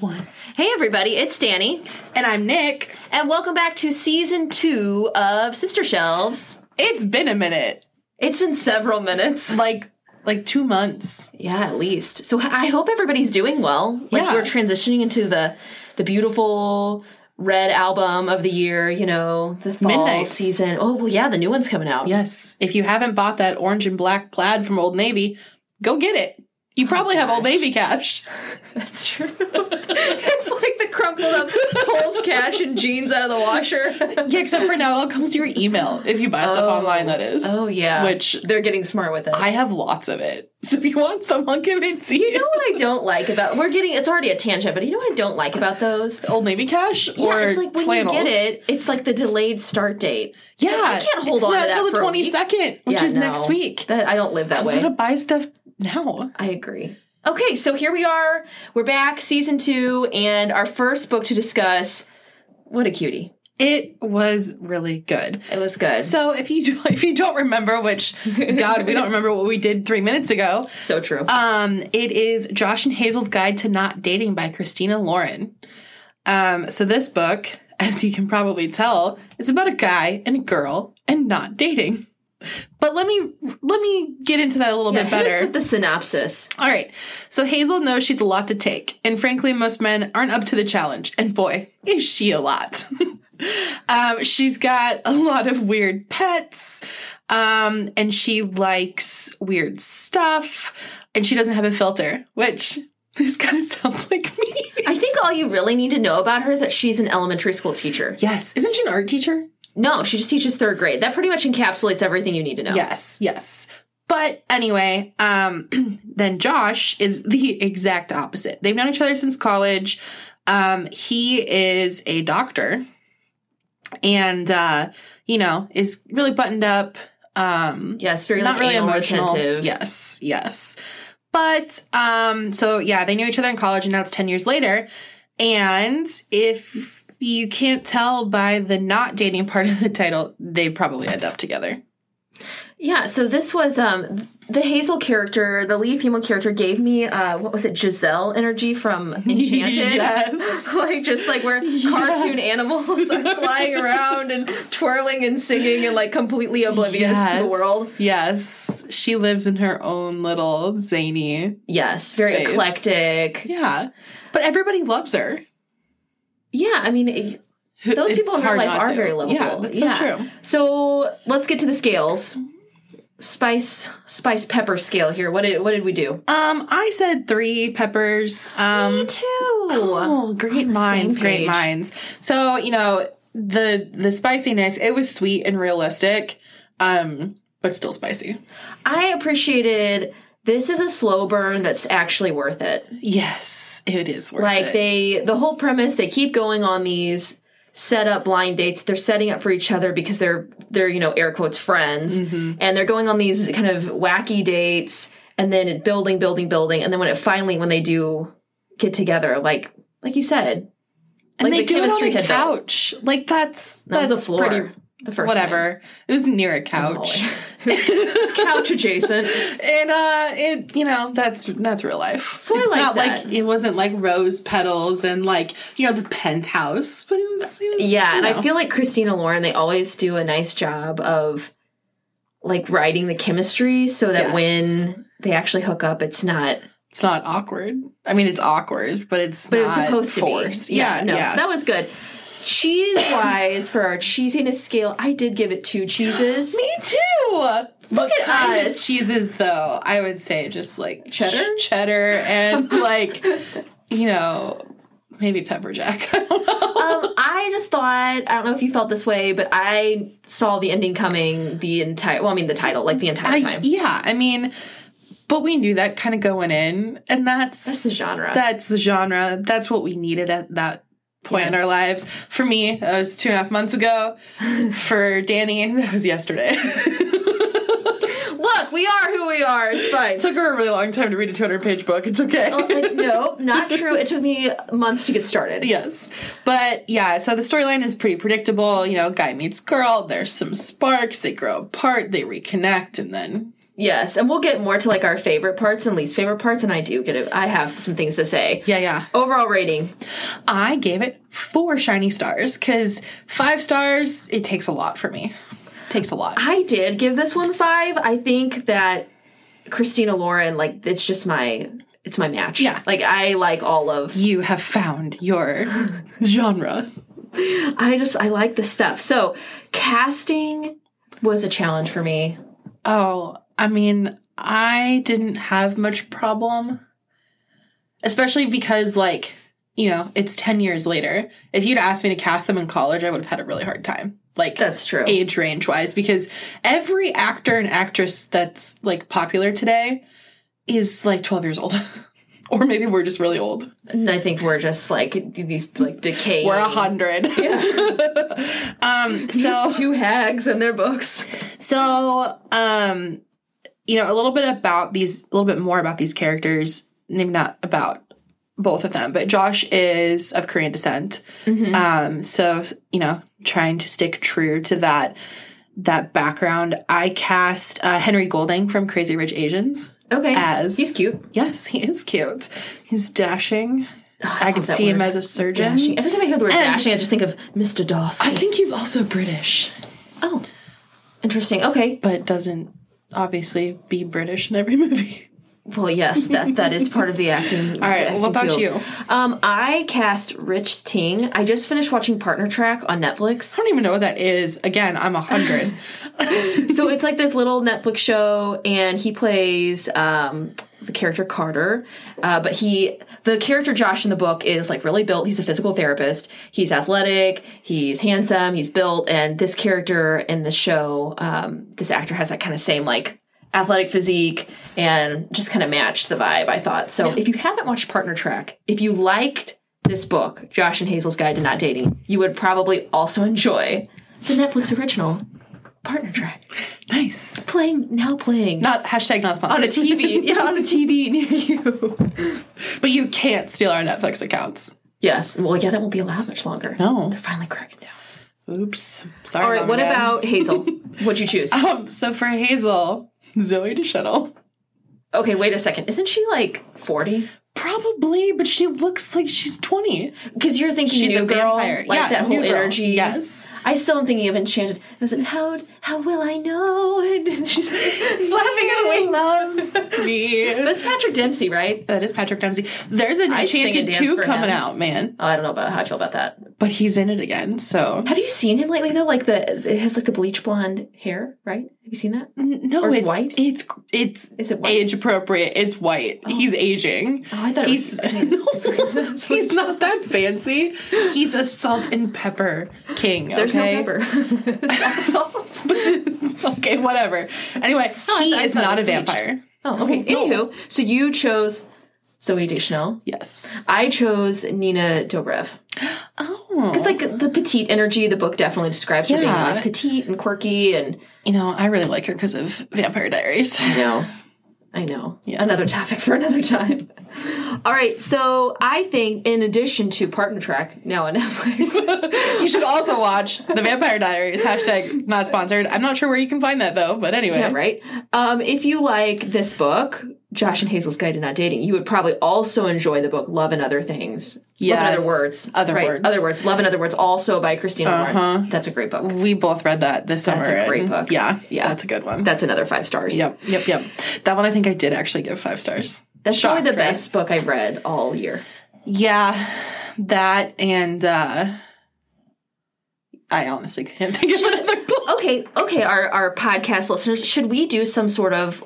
one. Hey, everybody, it's Danny, And I'm Nick. and welcome back to season two of Sister Shelves. It's been a minute. It's been several minutes. Like like 2 months. Yeah, at least. So h- I hope everybody's doing well. Like Yeah. we're transitioning into the the beautiful red album of the year, you know, the fall Midnight. season. Oh, well, yeah, the new one's coming out. Yes. If you haven't bought that orange and black plaid from Old Navy, go get it. You probably have Old Navy cash. That's true. it's like the crumpled up Kohl's cash and jeans out of the washer. Yeah, except for now it all comes to your email if you buy stuff Oh. online that is. Oh yeah. Which they're getting smart with it. I have lots of it. So if you want some, I'll give it to you. You know what I don't like about we're getting it's already a tangent, but you know what I don't like about those? Old Navy cash or yeah, it's like when flannels. you get it, it's like the delayed start date. It's Yeah, like, you can't hold it's on not to that until for the a twenty week. second, which Yeah, is no. next week. That I don't live that I'm way. gonna buy stuff now. I agree. Okay, so here we are. We're back, season two, and our first book to discuss. What a cutie! It was really good. It was good. So, So if you do, if you don't remember, which God, we don't remember what we did three minutes ago. true. Um, it is Josh and Hazel's Guide to Not Dating by Christina Lauren. Um, so this book, as you can probably tell, is about a guy and a girl and not dating. But let me let me get into that a little yeah, bit hit us better. with the synopsis. All right. So Hazel knows she's a lot to take, and frankly, most men aren't up to the challenge. And boy, is she a lot. um, she's got a lot of weird pets, um, and she likes weird stuff, and she doesn't have a filter, which this kind of sounds like me. I think all you really need to know about her is that she's an elementary school teacher. Yes. Isn't she an art teacher? No, she just teaches third grade. That pretty much encapsulates everything you need to know. Yes, yes. But anyway, um, then Josh is the exact opposite. They've known each other since college. Um, he is a doctor and, uh, you know, is really buttoned up. Um, Yes, very like, anal retentive. Yes, yes. But um, so yeah, they knew each other in college, and now it's ten years later. And if you can't tell by the not dating part of the title, they probably end up together. Yeah, so this was um the Hazel character, the lead female character gave me uh what was it, Giselle energy from Enchanted. Yes. like just like where cartoon Yes. animals are flying around and twirling and singing and like completely oblivious to the world. Yes. She lives in her own little zany. Yes, very Space. eclectic. Yeah. But everybody loves her. Yeah, I mean it- Those people in real hard life not are to. very lovable. Yeah, that's Yeah. so true. so let's get to the scales. Spice spice pepper scale here. What did what did we do? Um, I said three peppers. Um too. Oh, great the same minds, great page. minds. So, you know, the the spiciness, it was sweet and realistic. Um, but still spicy. I appreciated this is a slow burn that's actually worth it. Yes, it is worth like it. they the whole premise they keep going on these set up blind dates they're setting up for each other because they're they're you know air quotes friends Mm. Mm-hmm. and they're going on these kind of wacky dates and then it building building building and then when it finally when they do get together like like you said and like they the do it on chemistry a had built. couch. Like that's that that's was the floor pretty the first whatever. It was near a time. couch, It's couch adjacent and uh, it you know that's that's real life. So I it's like not that. like it wasn't like rose petals and like you know the penthouse, but it was, it was yeah you and know. i feel like christina lauren they always do a nice job of like writing the chemistry so that Yes. when they actually hook up it's not it's not awkward. I mean, it's awkward, but it's but it was not supposed to forced. be. Yeah, no, yeah. so that was good. Cheese wise, for our cheesiness scale, I did give it two cheeses. me too. Look at kind of us. cheeses, though. I would say just like Cheddar? cheddar, and like you know maybe pepper jack. I don't know. um, I just thought I don't know if you felt this way, but I saw the ending coming the entire. Well, I mean the title, like the entire I, time. yeah, I mean, but we knew that kind of going in, and that's That's the genre. That's the genre. That's what we needed at that point in Yes. our lives. For me, that was two and a half months ago. For Danny, that was yesterday. Look, we are who we are. It's fine. it took her a really long time to read a 200 page book. It's okay. Uh, no, not true. It took me months to get started. Yes. But yeah, so the storyline is pretty predictable. You know, guy meets girl, there's some sparks, they grow apart, they reconnect, and then Yes, and we'll get more to like our favorite parts and least favorite parts, and I do get it. I have some things to say. Yeah, yeah. Overall rating, I gave it four shiny stars because five stars, it takes a lot for me. Takes a lot. I did give this one five. I think that Christina Lauren, like, it's just my, it's my match. Yeah. like I like all of. You have found your genre. I just I like this stuff. So casting was a challenge for me. Oh, I mean, I didn't have much problem, especially because, like, you know, it's 10 years later. If you'd asked me to cast them in college, I would have had a really hard time. Like, That's true. age range wise, because every actor and actress that's like popular today is like 12 years old. or maybe we're just really old. And I think we're just like these like decaying. We're a hundred. um, so two hags in their books. so um, you know a little bit about these, a little bit more about these characters. Maybe not about both of them, but Josh is of Korean descent. Mm-hmm. Um, so you know, trying to stick true to that that background. I cast uh, Henry Golding from Crazy Rich Asians. Okay, As- he's cute. Yes, he is cute. He's dashing. I, can love Oh, that see him word. as a surgeon. Dashing. Every time I hear the word And- dashing, I just think of Mr. Dawson. I think he's also British. oh, interesting. Okay, but doesn't obviously be British in every movie. well, yes, that that is part of the acting. All right, what about you? Um, I cast Rich Ting. I just finished watching Partner Track on Netflix. I don't even know what that is. Again, I'm a hundred. so it's like this little Netflix show, and he plays um, the character Carter. Uh, but he, the character Josh in the book, is like really built. He's a physical therapist. He's athletic. He's handsome. He's built. And this character in the show, um, this actor has that kind of same like athletic physique and just kind of matched the vibe. I thought. So if you haven't watched Partner Track, if you liked this book, Josh and Hazel's Guide to Not Dating, you would probably also enjoy the Netflix original. Partner track nice. playing now playing Not hashtag not on a sponsored. TV. yeah, on a TV near you. But you can't steal our Netflix accounts. Yes. Well, yeah, that won't be allowed much longer. No. They're finally cracking down. Oops. Sorry. All right. Mom What and Dad. about Hazel? What'd you choose? Um, so for Hazel, Zoe Deschanel. Okay, wait a second. Isn't she like forty? Probably, but she looks like she's 20. Because you're thinking She's new a girl, vampire. like yeah, that whole New Girl. energy. Yes. I still am thinking of Enchanted. I was like, how how will I know? And she's flapping her wings. loves. Me. That's Patrick Dempsey, right? That is Patrick Dempsey. There's an I sing and Enchanted dance 2 for coming him. out, man. Oh, I don't know about how I feel about that. But he's in it again, so. Have you seen him lately though? Like the it has like the bleach blonde hair, right? Have you seen that? N- No, Or it's it's white? It's it's Is it white? age appropriate. It's white. He's aging. Oh, I thought it was- he's I thought it was- No, he's not that fancy. He's a salt and pepper king. There's okay? no pepper. Salt. okay, whatever. Anyway, I he thought- I is thought it not a was bleached. vampire. oh, okay. No. Anywho, so you chose Zoe Deschanel. Yes. I chose Nina Dobrev. Oh, It's like the petite energy the book definitely describes her being Yeah. like petite and quirky and you know, I really like her because of Vampire Diaries. you know. I know. Yeah. Another topic for another time. All right, so I think in addition to Partner Track now on Netflix, You should also watch the Vampire Diaries. Hashtag not sponsored. I'm not sure where you can find that though, but anyway. Yeah, right. Um, if you like this book, Josh and Hazel's Guide to Not Dating, you would probably also enjoy the book Love and Other Things. Love and Yes. Other Words. Other Right, Words. Other Words. Love and Other Words, also by Christina Uh-huh. Lauren. That's a great book. We both read that this summer. a great and book. Yeah, Yeah. that's a good one. That's another five stars. Yep, yep, yep. That one I think I did actually give five stars. That's probably the Shocked, right? best book I've read all year. Yeah, that and uh I honestly can't think of another book. Okay, okay, our, our podcast listeners, should we do some sort of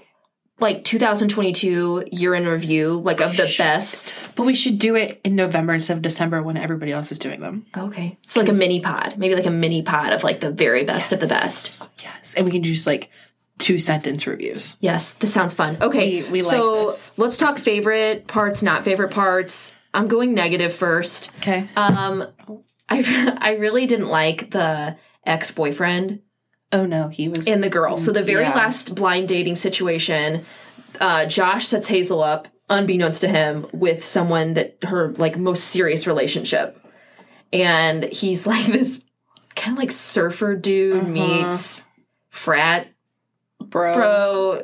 like 2022 year in review, like of the best? But we should do it in November instead of December when everybody else is doing them. Okay. It's like a mini pod, maybe like a mini pod of like the very best of the best. Yes, and we can do just like two sentence reviews. Yes, this sounds fun. Okay, We- we like so this. let's talk favorite parts, not favorite parts. I'm going negative first. Okay. Um, I I really didn't like the ex boyfriend oh no, he was and the girl. So the very Yeah. last blind dating situation, uh, Josh sets Hazel up, unbeknownst to him, with someone that her like most serious relationship, and he's like this kind of like surfer dude Uh-huh. meets frat bro. bro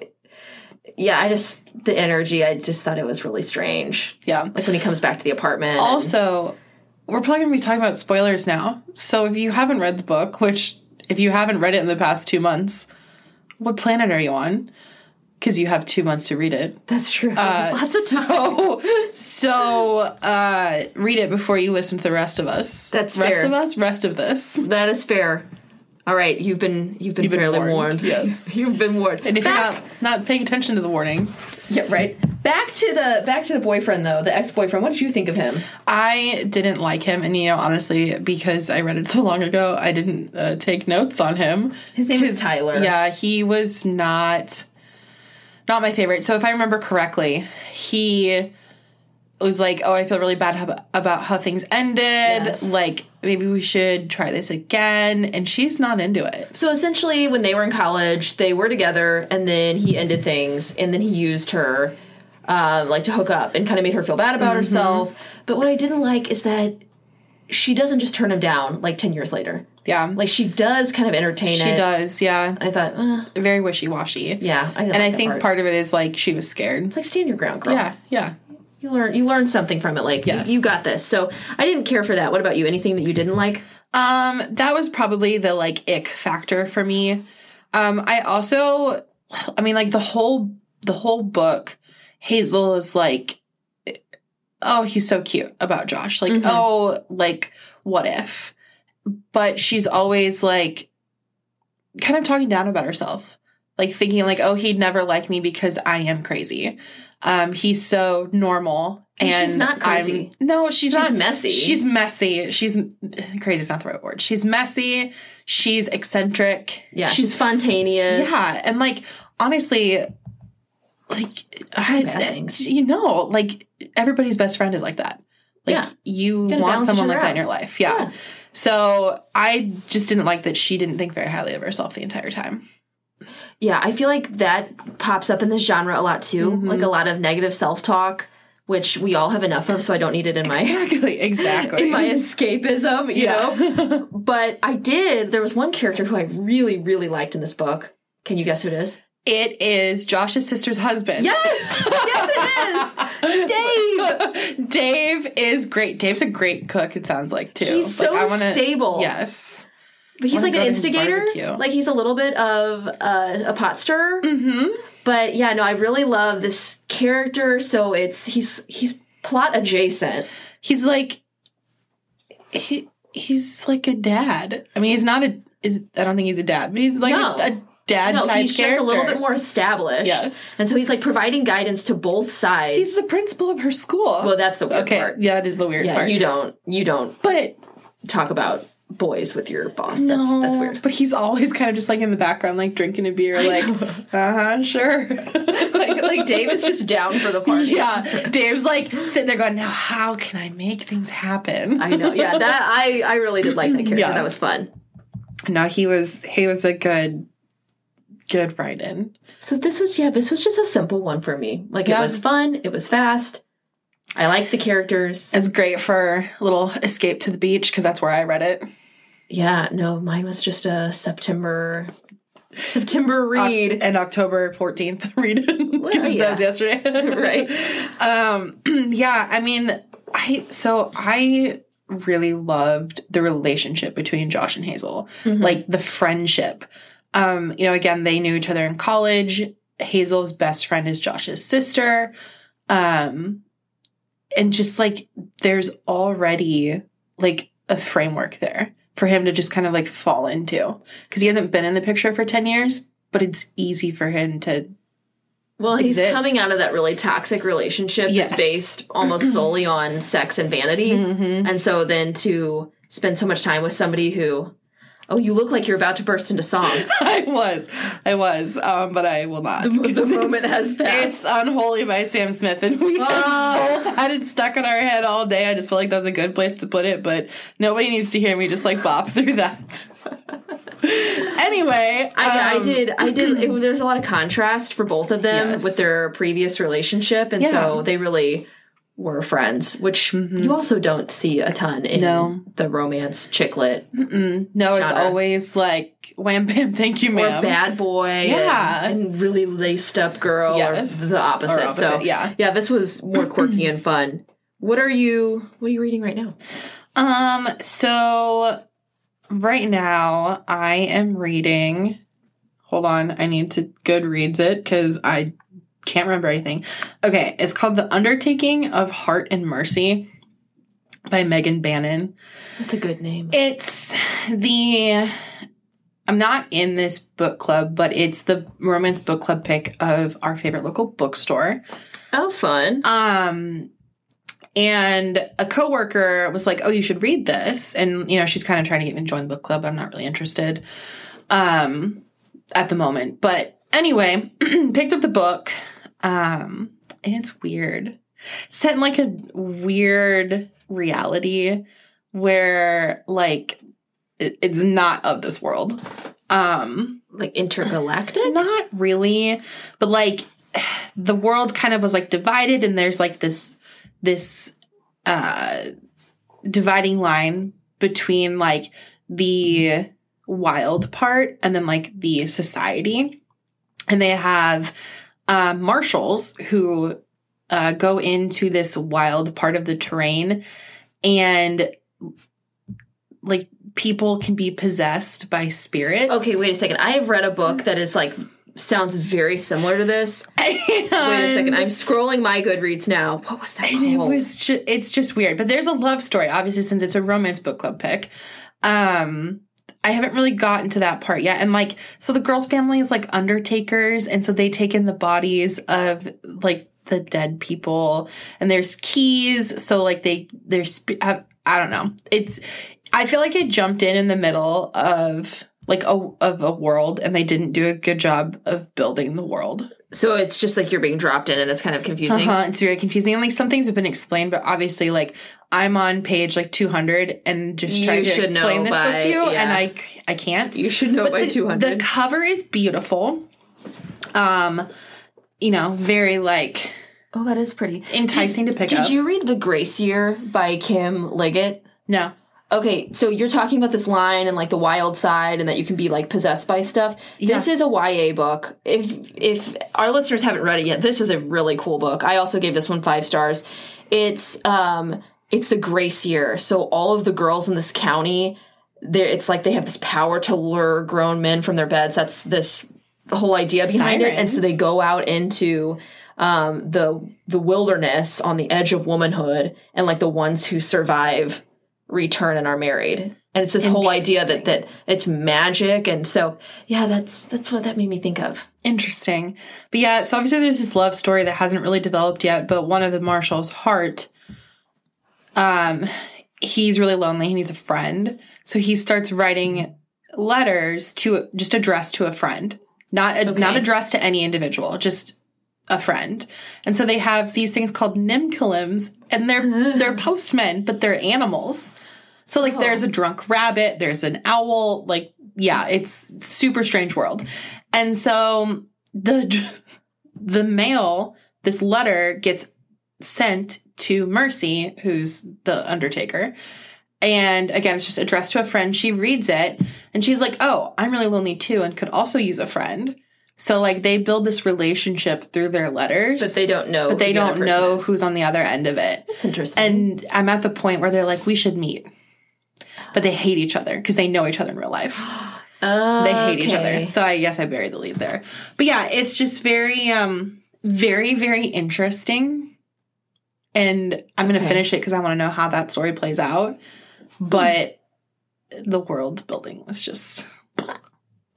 yeah, I just the energy. I just thought it was really strange. Yeah. Like when he comes back to the apartment. and- Also, we're probably going to be talking about spoilers now. So if you haven't read the book, which if you haven't read it in the past two months, what planet are you on? Because you have two months to read it. that's true. Uh, Lots of time. so, so uh, read it before you listen to the rest of us. That's rest fair. of us. Rest of this. That is fair. All right, you've been you've been been fairly warned, warned. yes. you've been warned. And if back, you're not not paying attention to the warning, yeah, right. Back to the back to the boyfriend though, the ex boyfriend. What did you think of him? I didn't like him, and you know, honestly, because I read it so long ago, I didn't uh, take notes on him. His name is 'Cause, Tyler. Yeah, he was not not my favorite. So if I remember correctly, he was like, "Oh, I feel really bad hab- about how things ended. Yes. Like maybe we should try this again." And she's not into it. So essentially, when they were in college, they were together, and then he ended things, and then he used her, um, like to hook up, and kind of made her feel bad about Mm-hmm. herself. But what I didn't like is that she doesn't just turn him down like ten years later. Yeah, Like she does, kind of entertain she it. does. Yeah, I thought, uh, very wishy washy. yeah, I didn't and like I that think part. part. of it is like she was scared. it's like oh. stand your ground, girl. Yeah, yeah. you learn you learn something from it. Like you- Yes. you, got this. So I didn't care for that. What about you? Anything that you didn't like? Um, that was probably the like ick factor for me. Um, I also, I mean, like the whole the whole book, Hazel is like, oh, he's so cute about Josh. Like, Mhm. oh, like what if? But she's always like, kind of talking down about herself, like thinking like, oh, he'd never like me because I am crazy. Um, he's so normal. And And, she's not I'm- crazy. no, she's, not messy. She's messy. She's crazy. Is not the right word. She's messy. She's eccentric. yeah, she's, spontaneous. yeah, and like honestly, like I, bad things. you know, like everybody's best friend is like that. Like Yeah. you Gotta want balance each someone other like that in out. your life. Yeah. Yeah. So I just didn't like that she didn't think very highly of herself the entire time. Yeah, I feel like that pops up in this genre a lot too. Mhm. Like a lot of negative self talk, which we all have enough of, so I don't need it in my Exactly. Exactly. in my escapism, you know. know. But I did. There was one character who I really, really liked in this book. Can you guess who it is? it is Josh's sister's husband. Yes, yes, it is. Dave. Dave. Dave is great. Dave's a great cook. It sounds like too. He's so like, I wanna- stable. Yes. But he's Wanna like an go to his instigator. barbecue. Like he's a little bit of uh, a pot stirrer. Mm-hmm. But yeah, no, I really love this character. So it's he's he's plot adjacent. He's like. He he's like a dad. I mean, he's not a. Is I don't think he's a dad, but he's like No. a, a dad no, type he's character. just a little bit more established. Yes. And so he's like providing guidance to both sides. He's the principal of her school. well, that's the weird okay. part. Yeah, that is the weird Yeah, part. you don't you don't but talk about boys with your boss. no, That's that's weird. But he's always kind of just like in the background, like drinking a beer, like uh huh, sure. like like Dave is just down for the party. Yeah, Dave's like sitting there going, "Now, how can I make things happen?" I know. Yeah, that I I really did like that character. Yeah. That was fun. No, he was he was a good good write-in. So this was yeah, this was just a simple one for me. Like Yeah. it was fun, it was fast. I like the characters. It's great for a little escape to the beach because that's where I read it. Yeah, no, mine was just a September September Oc- read. and October fourteenth read it because yeah. that was yesterday, Right. Um, yeah, I mean, I so I really loved the relationship between Josh and Hazel. Mm-hmm. like the friendship. Um, you know, again, they knew each other in college. Hazel's best friend is Josh's sister. Um, and just like there's already like a framework there for him to just kind of like fall into because he hasn't been in the picture for 10 years, but it's easy for him to. well, he's exists. coming out of that really toxic relationship Yes. Mm-hmm. that's based almost solely on sex and vanity. And so then to spend so much time with somebody who oh, you look like you're about to burst into song. I was, I was, um, but I will not. the moment has It's Unholy by Sam Smith, and we Oh. both had it stuck in our head all day. I just feel like that was a good place to put it, but nobody needs to hear me just like bop through that. anyway, I, I um, did. I did. It, there's a lot of contrast for both of them Yes. with their previous relationship, and Yeah. Mm-hmm. so they really were friends, which you also don't see a ton in No. the romance chicklet Mm-mm. No, it's Genre. always like wham bam, thank you, or ma'am. bad boy, and- Yeah. and, really laced up girl, Yes. or the opposite. Or So yeah. yeah, this was more quirky and fun. What are you? What are you reading right now? Um. So right now I am reading. Hold on, I need to Goodreads it because I can't remember anything. Okay, it's called "The Undertaking of Heart and Mercy" by Megan Bannon. That's a good name. It's the I'm not in this book club, but it's the romance book club pick of our favorite local bookstore. Oh, fun. Um and a coworker was like, "Oh, you should read this." And you know, she's kind of trying to get me to join the book club. I'm not really interested um at the moment. But anyway, picked up the book. Um and it's weird. Set in like a weird reality where like it- it's not of this world. Um Like intergalactic. not really, but like the world kind of was like divided, and there's like this this uh dividing line between like the wild part and then like the society, and they have uh, marshals who uh, go into this wild part of the terrain and like people can be possessed by spirits Okay, wait a second. I have read a book that is like sounds very similar to this. wait Wait a second. I'm scrolling my Goodreads now. What was that And it called? was ju- it's just weird. But there's a love story, obviously, since it's a romance book club pick. Um I haven't really gotten to that part yet. And like, so the girl's family is like undertakers, and so they take in the bodies of like the dead people, and there's keys, so like they there's sp- I, I don't know. It's I feel like it jumped in in the middle of like a of a world, and they didn't do a good job of building the world. so it's just like you're being dropped in, and it's kind of confusing. Uh-huh, it's very confusing. And like some things have been explained, but obviously, like I'm on page like 200 and just You trying to should explain know this book by- to you, yeah. and I c- I can't. You should know by the, two the hundred. cover is beautiful. Um, you know, very like oh, that is pretty. enticing to pick Did up. you read The Grace Year by Kim Liggett? no, Okay, so you're talking about this line and like the wild side and that you can be like possessed by stuff. This is a YA book. If if our listeners haven't read it yet, this is a really cool book. I also gave this one 5 stars. It's um it's the Grace Year. So all of the girls in this county, they it's like they have this power to lure grown men from their beds. That's this the whole idea behind it. And so they Sirens. go out into um, the the wilderness on the edge of womanhood, and like the ones who survive return and are married. And it's this whole idea that that it's magic, and so yeah, that's that's what that made me think of. interesting. But yeah, so obviously there's this love story that hasn't really developed yet, but one of the Marshall's heart, um, he's really lonely. He needs a friend. So he starts writing letters to just addressed to a friend. Not a, Okay. not addressed to any individual, just a friend. And so they have these things called nimcalims and they're they're postmen, but they're animals. So like Oh. there's a drunk rabbit, there's an owl, like yeah, it's super strange world. And so the the mail, this letter gets sent to Mercy, who's the undertaker. And again, it's just addressed to a friend. She reads it and she's like, "Oh, I'm really lonely too and could also use a friend." So like they build this relationship through their letters, But they don't know. but they who the other don't know person is. who's on the other end of it. That's interesting. And I'm at the point where they're like, "We should meet." But they hate each other because they know each other in real life they hate each other. So I guess I buried the lead there. But yeah, it's just very, um, very, very interesting. And I'm gonna Okay. finish it because I want to know how that story plays out. But the world building was just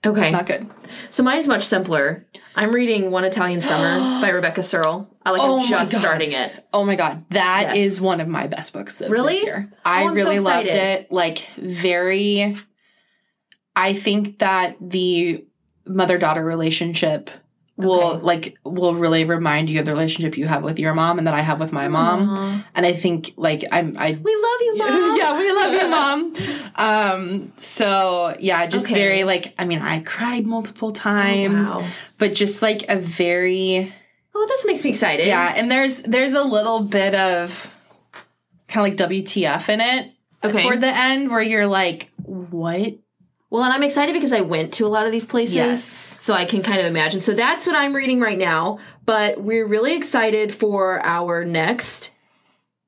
Okay, not good. so mine is much simpler. I'm reading One Italian Summer by Rebecca Searle. I like. Oh I'm my just God. starting it. Oh my god, that is Yes. one of my best books that Really? Oh, this year. I I'm so really loved excited. it. Like very I think that the mother-daughter relationship will Okay. like will really remind you of the relationship you have with your mom and that I have with my mom. Aw. And I think like I'm I we love you, mom. yeah, we love you, mom. Um, so yeah, just Okay. very like I mean, I cried multiple times, Oh, wow. but just like a very Oh, Oh, this makes me excited. Yeah, and there's there's a little bit of kind of like WTF in it Okay. toward the end where you're like, what? Well, and I'm excited because I went to a lot of these places. Yes. So I can kind of imagine. So that's what I'm reading right now. But we're really excited for our next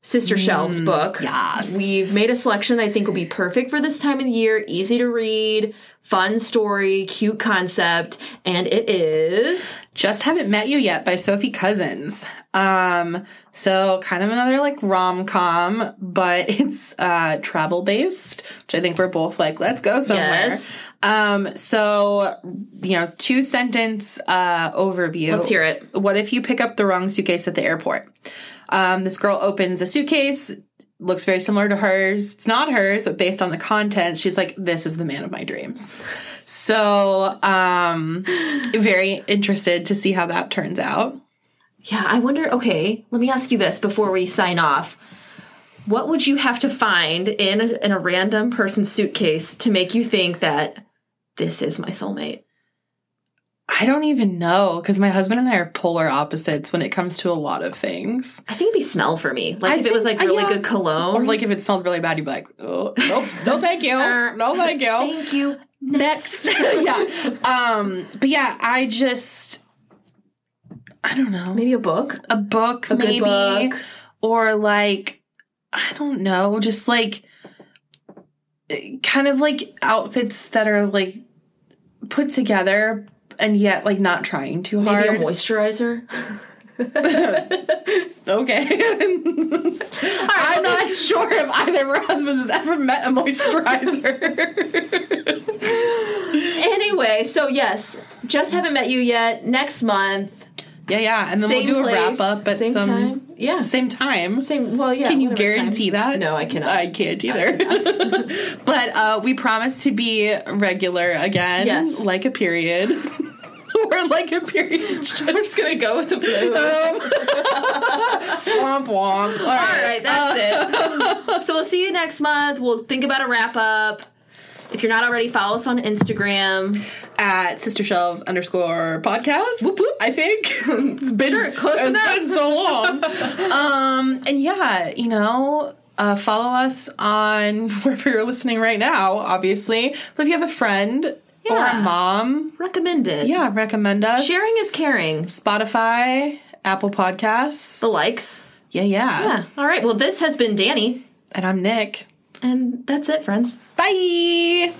Sister Shelves book. Mm, yes. We've made a selection that I think will be perfect for this time of the year. Easy to read, fun story, cute concept. And it is. Just haven't met you yet by Sophie Cousins. Um, so kind of another like rom com, but it's uh travel based, which I think we're both like, let's go somewhere. Yes. Um, so you know, two sentence uh overview. Let's hear it. What if you pick up the wrong suitcase at the airport? Um, this girl opens a suitcase, looks very similar to hers. It's not hers, but based on the content, she's like, This is the man of my dreams. So, um, very interested to see how that turns out. Yeah, I wonder. Okay, let me ask you this before we sign off. What would you have to find in a, in a random person's suitcase to make you think that this is my soulmate? I don't even know because my husband and I are polar opposites when it comes to a lot of things. I think it'd be smell for me. Like I if it was think- like really uh, yeah. good cologne. Or, like, if it smelled really bad, you'd be like, oh, nope, no, thank you. Uh, No, thank you. thank you. next yeah um but yeah i just i don't know Maybe a book. a book A maybe good book. or like i don't know just like eh, kind of like outfits that are like put together and yet like not trying too Maybe a hard moisturizer. okay i'm not sure if either of our husbands has ever met a moisturizer Anyway, so yes, just haven't met you yet. Next month, yeah yeah and then same we'll do place, a wrap up at same some time. Yeah, same time. same. Well, yeah. Can you whatever time. guarantee that? No, I cannot. I can't either. but uh, we promise to be regular again. Yes. Like a period. We're like a period. Um, We're just gonna go with the blue. womp womp. All right. All right, that's it. Uh, so we'll see you next month. We'll think about a wrap up. If you're not already, follow us on Instagram. At sister shelves underscore podcast. I think it's been close it's enough. been so long. um, and yeah, you know. Uh, follow us on wherever you're listening right now, obviously. But if you have a friend or Yeah. a mom Recommend it. Yeah, recommend us. Sharing is caring. Spotify, Apple Podcasts. The likes. Yeah, yeah, Yeah. All right. Well, this has been Danny, And I'm Nick. and that's it, friends. Bye.